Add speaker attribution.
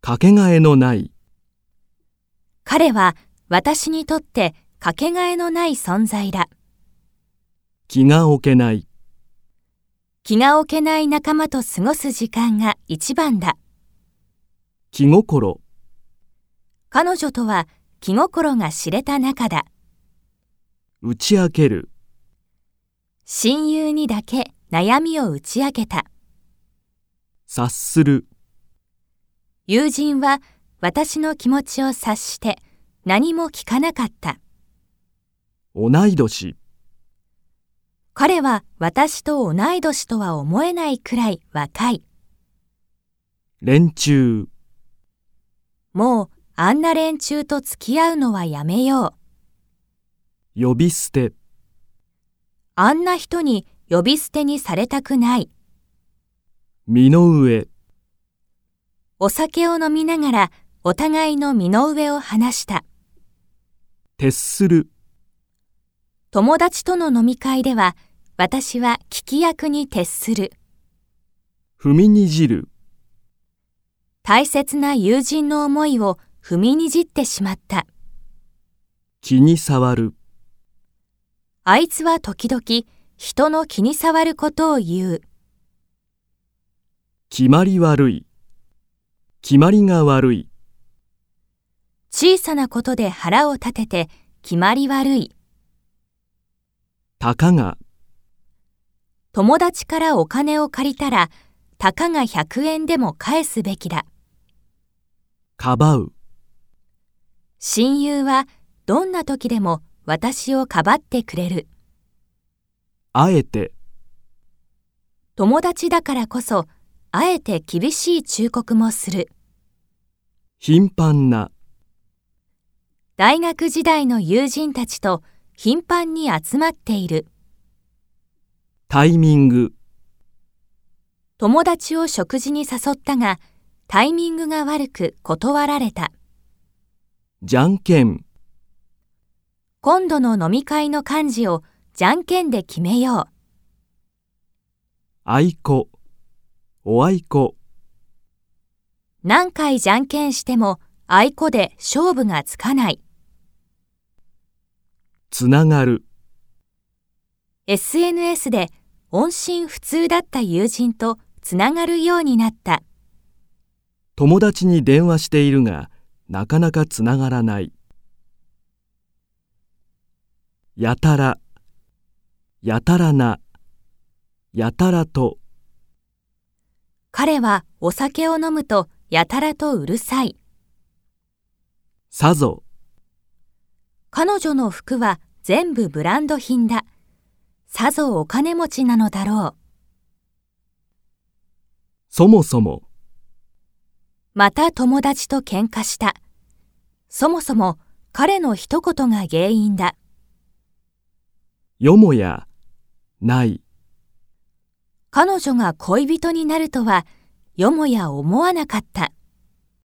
Speaker 1: かけがえのない、
Speaker 2: 彼は私にとってかけがえのない存在だ。
Speaker 1: 気が置けない、
Speaker 2: 気が置けない仲間と過ごす時間が一番だ。
Speaker 1: 気心、
Speaker 2: 彼女とは気心が知れた仲だ。
Speaker 1: 打ち明ける、
Speaker 2: 親友にだけ悩みを打ち明けた。
Speaker 1: 察する、
Speaker 2: 友人は私の気持ちを察して何も聞かなかった。
Speaker 1: 同い年、
Speaker 2: 彼は私と同い年とは思えないくらい若い。
Speaker 1: 連中、
Speaker 2: もうあんな連中と付き合うのはやめよう。
Speaker 1: 呼び捨て、
Speaker 2: あんな人に呼び捨てにされたくない。
Speaker 1: 身の上、
Speaker 2: お酒を飲みながらお互いの身の上を話した。
Speaker 1: 徹する、
Speaker 2: 友達との飲み会では私は聞き役に徹する。
Speaker 1: 踏みにじる、
Speaker 2: 大切な友人の思いを踏みにじってしまった。
Speaker 1: 気に触る、
Speaker 2: あいつは時々人の気に障ることを言う。
Speaker 1: 決まり悪い、決まりが悪い、
Speaker 2: 小さなことで腹を立てて決まり悪い。
Speaker 1: たかが、
Speaker 2: 友達からお金を借りたら、たかが100円でも返すべきだ。
Speaker 1: かばう、
Speaker 2: 親友はどんな時でも私をかばってくれる。
Speaker 1: あえて、
Speaker 2: 友達だからこそ、あえて厳しい忠告もする。
Speaker 1: 頻繁な、
Speaker 2: 大学時代の友人たちと頻繁に集まっている。
Speaker 1: タイミング、
Speaker 2: 友達を食事に誘ったが、タイミングが悪く断られた。
Speaker 1: じゃんけん、
Speaker 2: 今度の飲み会の幹事をじゃんけんで決めよう。
Speaker 1: あいこ、おあいこ、
Speaker 2: 何回じゃんけんしても愛子で勝負がつかない。
Speaker 1: つながる、
Speaker 2: SNS で音信不通だった友人とつながるようになった。
Speaker 1: 友達に電話しているが、なかなかつながらない。やたら、やたらな、やたらと、
Speaker 2: 彼はお酒を飲むとやたらとうるさい。
Speaker 1: さぞ、
Speaker 2: 彼女の服は全部ブランド品だ。さぞお金持ちなのだろう。
Speaker 1: そもそも、
Speaker 2: また友達と喧嘩した。そもそも彼の一言が原因だ。
Speaker 1: よもや、ない、
Speaker 2: 彼女が恋人になるとは、よもや思わなかった。